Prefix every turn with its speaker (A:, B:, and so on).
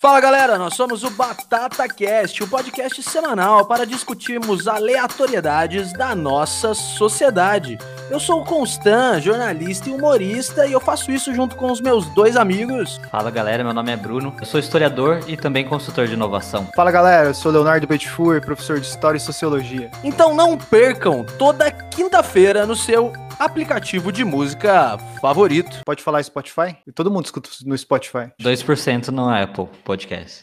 A: Fala galera, nós somos o Batata Cast, o podcast semanal para discutirmos aleatoriedades da nossa sociedade. Eu sou o Constan, jornalista e humorista, e eu faço isso junto com os meus dois amigos.
B: Fala galera, meu nome é Bruno, eu sou historiador e também consultor de inovação.
C: Fala galera, eu sou Leonardo Betfur, professor de História e Sociologia.
A: Então não percam toda quinta-feira no seu aplicativo de música favorito.
C: Pode falar Spotify? Todo mundo escuta no Spotify.
B: 2% no Apple Podcast.